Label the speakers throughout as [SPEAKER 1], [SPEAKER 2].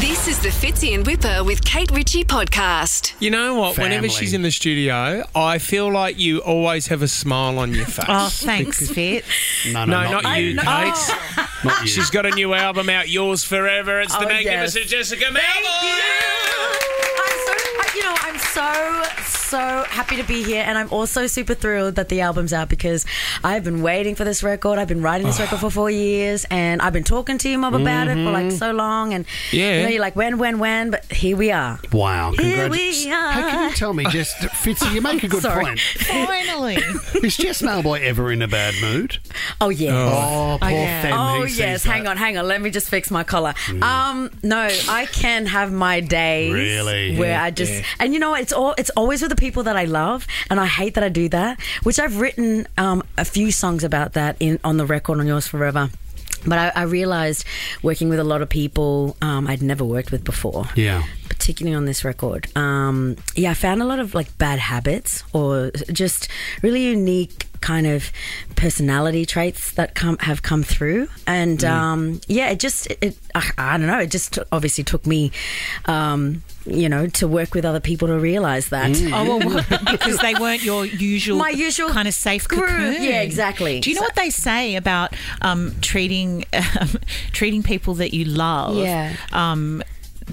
[SPEAKER 1] This is the Fitzy and Whipper with Kate Ritchie podcast.
[SPEAKER 2] You know what? Whenever
[SPEAKER 3] Family.
[SPEAKER 2] she's in the studio, I feel like you always have a smile on your face.
[SPEAKER 4] Oh, thanks, Fitz.
[SPEAKER 3] No,
[SPEAKER 2] No,
[SPEAKER 3] no,
[SPEAKER 2] not, you, Kate.
[SPEAKER 3] Not you.
[SPEAKER 4] Ah,
[SPEAKER 2] She's got a new album out, Yours Forever. It's the
[SPEAKER 4] Oh,
[SPEAKER 2] magnificent
[SPEAKER 4] yes.
[SPEAKER 2] Jessica Melbourne.
[SPEAKER 4] I'm so, I- you know, I'm so, so happy to be here, and I'm also super thrilled that the album's out because I've been waiting for this record. I've been writing this record for four years, and I've been talking to you, Mum, about it for like so long. And
[SPEAKER 2] Yeah.
[SPEAKER 4] you know, you're like, when, when, when? But here we are.
[SPEAKER 3] Wow.
[SPEAKER 4] Here
[SPEAKER 3] congrats.
[SPEAKER 4] we
[SPEAKER 3] Hey, can
[SPEAKER 4] are.
[SPEAKER 3] you tell me, just Fitzy, you make a good
[SPEAKER 4] Sorry.
[SPEAKER 3] point.
[SPEAKER 5] Finally.
[SPEAKER 3] Is Jess Malboy ever in a bad mood?
[SPEAKER 4] Oh yeah.
[SPEAKER 3] Oh, poor
[SPEAKER 5] yeah.
[SPEAKER 3] Fem.
[SPEAKER 4] Oh
[SPEAKER 3] he sees
[SPEAKER 4] yes,
[SPEAKER 3] that. Hmm.
[SPEAKER 4] hang on, hang on. Let me just fix my collar. Um, no, I can have my days
[SPEAKER 3] Really?
[SPEAKER 4] where I just and you know it's all it's always with the people that I love, and I hate that I do that. Which I've written um, a few songs about that in on the record on Yours Forever. But I, I realized working with a lot of people um, I'd never worked with before
[SPEAKER 3] Yeah.
[SPEAKER 4] particularly on this record. Um, yeah, I found a lot of like bad habits or just really unique kind of personality traits that come have come through and um yeah it just it, it I, I don't know it just t- obviously took me um you know to work with other people to realize that
[SPEAKER 5] Oh, well, because they weren't your usual,
[SPEAKER 4] My usual
[SPEAKER 5] kind of safe
[SPEAKER 4] group.
[SPEAKER 5] cocoon.
[SPEAKER 4] Yeah, exactly.
[SPEAKER 5] Do you know what they say about um, treating um, treating people that you love?
[SPEAKER 4] Yeah. Mm.
[SPEAKER 5] Um,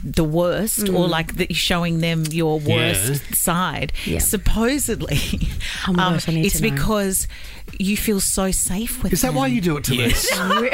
[SPEAKER 5] the worst, or like the, showing them your worst side.
[SPEAKER 4] Yeah.
[SPEAKER 5] Supposedly, um,
[SPEAKER 4] Oh my gosh, I need
[SPEAKER 5] it's
[SPEAKER 4] to know.
[SPEAKER 5] because you feel so safe with.
[SPEAKER 3] Is that
[SPEAKER 5] them.
[SPEAKER 3] why you do it to us?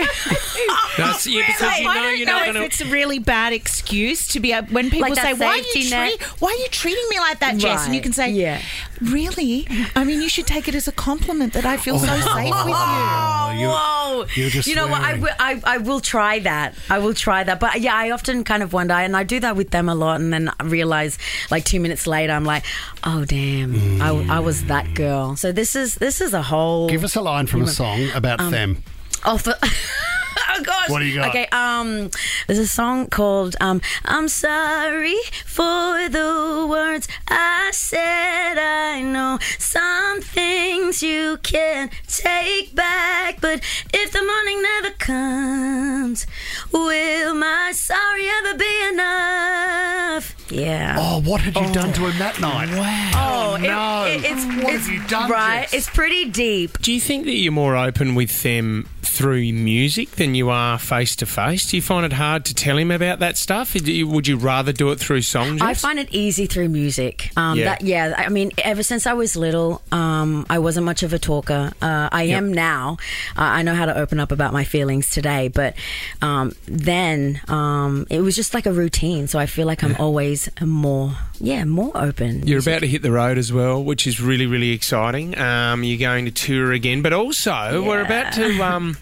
[SPEAKER 2] That's yeah, because you
[SPEAKER 5] I
[SPEAKER 2] know
[SPEAKER 5] don't
[SPEAKER 2] you're not
[SPEAKER 5] know
[SPEAKER 2] going
[SPEAKER 5] if
[SPEAKER 2] to.
[SPEAKER 5] it's a really bad excuse to be able, when people
[SPEAKER 4] Like
[SPEAKER 5] say
[SPEAKER 4] that
[SPEAKER 5] why are, you
[SPEAKER 4] safety net."
[SPEAKER 5] treat, why are you treating me like that Jess and you
[SPEAKER 4] Right,
[SPEAKER 5] can say
[SPEAKER 4] yeah.
[SPEAKER 5] really I mean you should take it as a compliment that I feel so safe with you
[SPEAKER 3] Oh, you-
[SPEAKER 4] Whoa!
[SPEAKER 3] you're just
[SPEAKER 4] you know what? I
[SPEAKER 3] swearing.
[SPEAKER 4] will- I- I will try that. I will try that. But yeah, I often kind of wonder, and I do that with them a lot, and then I realize like two minutes later, I'm like, oh damn, I, I was that girl. So this is this is a whole.
[SPEAKER 3] Give us a line from a song about them.
[SPEAKER 4] Oh, for- oh, gosh.
[SPEAKER 3] What do you got?
[SPEAKER 4] Okay, um, there's a song called um, "I'm Sorry for the Words I Said." I know some things you can take back, but if the morning never comes, will my sorry ever be enough? Yeah.
[SPEAKER 3] Oh, what had you done to him that night? Wow. Oh,
[SPEAKER 4] It-
[SPEAKER 3] no.
[SPEAKER 4] it- it's,
[SPEAKER 3] what
[SPEAKER 4] it's-
[SPEAKER 3] have you done?
[SPEAKER 4] Right,
[SPEAKER 3] Jess?
[SPEAKER 4] it's pretty deep.
[SPEAKER 2] Do you think that you're more open with them through music than you are face to face? Do you find it hard to tell him about that stuff? Would you- Would you rather do it through songs?
[SPEAKER 4] I find it easy through music. Um,
[SPEAKER 2] Yeah.
[SPEAKER 4] That, yeah. I mean, ever since I was little, um, I wasn't much of a talker. Uh, I am now. Uh, I know how to open up about my feelings today, but um, then um, it was just like a routine. So I feel like I'm always more, yeah, more open.
[SPEAKER 2] You're about to hit the road as well, which is really, really exciting. Um, you're going to tour again, but also we're about to um,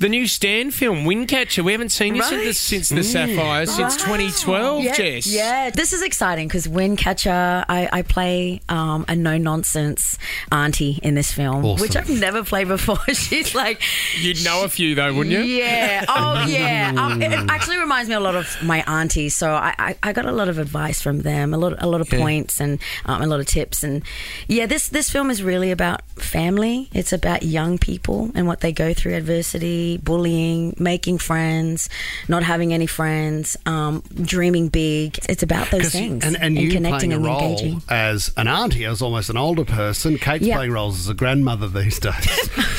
[SPEAKER 2] the new Stan film, Windcatcher. We haven't seen you since the,
[SPEAKER 4] Right. Mm.
[SPEAKER 2] since the Sapphire since 2012,
[SPEAKER 4] yeah,
[SPEAKER 2] Oh, Jess.
[SPEAKER 4] Yeah, this is exciting because Windcatcher, I, I play um, a no nonsense auntie in this film,
[SPEAKER 3] Awesome.
[SPEAKER 4] which I've never played before. She's like,
[SPEAKER 2] You'd know a few though, wouldn't you?
[SPEAKER 4] Yeah. Oh, yeah. Um, it, it actually reminds me a lot of my aunties. So I, I, I got a lot of advice from them, a lot, a lot of points and um, a lot of tips. And yeah, this this film is really about family. It's about young people and what they go through: adversity, bullying, making friends, not having any friends, um, dreaming big. It's about those
[SPEAKER 3] 'Cause-
[SPEAKER 4] things
[SPEAKER 3] And, and you
[SPEAKER 4] connecting
[SPEAKER 3] playing a
[SPEAKER 4] and
[SPEAKER 3] role
[SPEAKER 4] engaging.
[SPEAKER 3] as an auntie, as almost an older person. Kate's
[SPEAKER 4] Yeah.
[SPEAKER 3] playing roles as a grandmother these days.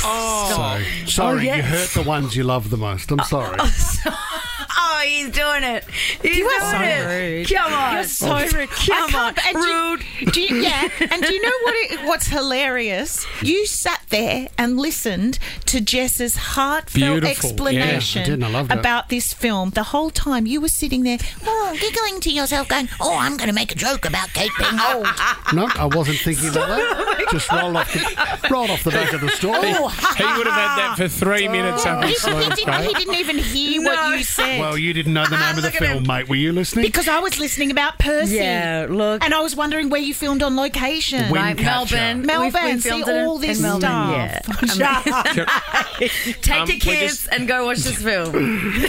[SPEAKER 3] oh, so, sorry,
[SPEAKER 4] Oh,
[SPEAKER 3] you
[SPEAKER 4] yes.
[SPEAKER 3] hurt the ones you love the most. I'm sorry.
[SPEAKER 4] Oh, he's doing it. He's
[SPEAKER 5] You
[SPEAKER 4] doing
[SPEAKER 5] are so
[SPEAKER 4] it.
[SPEAKER 5] rude.
[SPEAKER 4] Come on.
[SPEAKER 5] You're so rude.
[SPEAKER 4] Come on.
[SPEAKER 5] rude. Do you, yeah, and do you know what? It, what's hilarious? You sat there and listened to Jess's heartfelt
[SPEAKER 2] Beautiful.
[SPEAKER 5] explanation
[SPEAKER 3] Yeah, I did, I loved it.
[SPEAKER 5] about this film. The whole time you were sitting there, oh, giggling to yourself, going, "Oh, I'm going to make a joke about Kate being
[SPEAKER 4] Oh.
[SPEAKER 5] old."
[SPEAKER 3] no, I wasn't thinking about that. Just roll off the, roll off the back of the
[SPEAKER 4] Oh,
[SPEAKER 3] story.
[SPEAKER 2] He would have had that for three minutes up
[SPEAKER 5] He,
[SPEAKER 2] his
[SPEAKER 5] he,
[SPEAKER 2] sleeve,
[SPEAKER 5] didn't, he
[SPEAKER 2] mate.
[SPEAKER 5] didn't even hear what you said.
[SPEAKER 3] Well, you didn't know the name of the
[SPEAKER 5] Look at
[SPEAKER 3] film, mate. Were you listening?
[SPEAKER 5] because I was listening about Percy.
[SPEAKER 4] Yeah, look.
[SPEAKER 5] And I was wondering where you filmed on location.
[SPEAKER 3] Wind
[SPEAKER 4] Right,
[SPEAKER 3] catcher.
[SPEAKER 4] Melbourne.
[SPEAKER 5] Melbourne,
[SPEAKER 4] We've- we
[SPEAKER 5] see
[SPEAKER 4] filmed it in-
[SPEAKER 5] all this
[SPEAKER 4] in Melbourne,
[SPEAKER 5] stuff.
[SPEAKER 4] yeah. Take
[SPEAKER 2] Um,
[SPEAKER 4] your
[SPEAKER 2] we're
[SPEAKER 4] kids
[SPEAKER 2] just-
[SPEAKER 4] and go watch this film.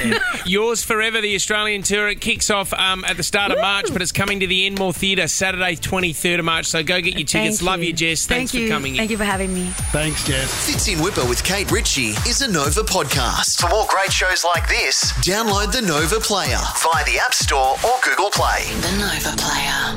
[SPEAKER 2] Yours Forever, the Australian tour. It kicks off um, at the start of March, but it's coming to the Enmore Theatre Saturday, 23rd of March. So go get your tickets.
[SPEAKER 4] Thank
[SPEAKER 2] Love you, Jess.
[SPEAKER 4] Thank
[SPEAKER 2] Thanks
[SPEAKER 4] you.
[SPEAKER 2] for coming in.
[SPEAKER 4] Thank you for having me.
[SPEAKER 3] Thanks, Jess.
[SPEAKER 6] Fitzy and Whipper with Kate Ritchie is a Nova podcast.
[SPEAKER 7] For more great shows like this,
[SPEAKER 6] Download The Nova Player via the App Store or Google Play.
[SPEAKER 7] The Nova Player.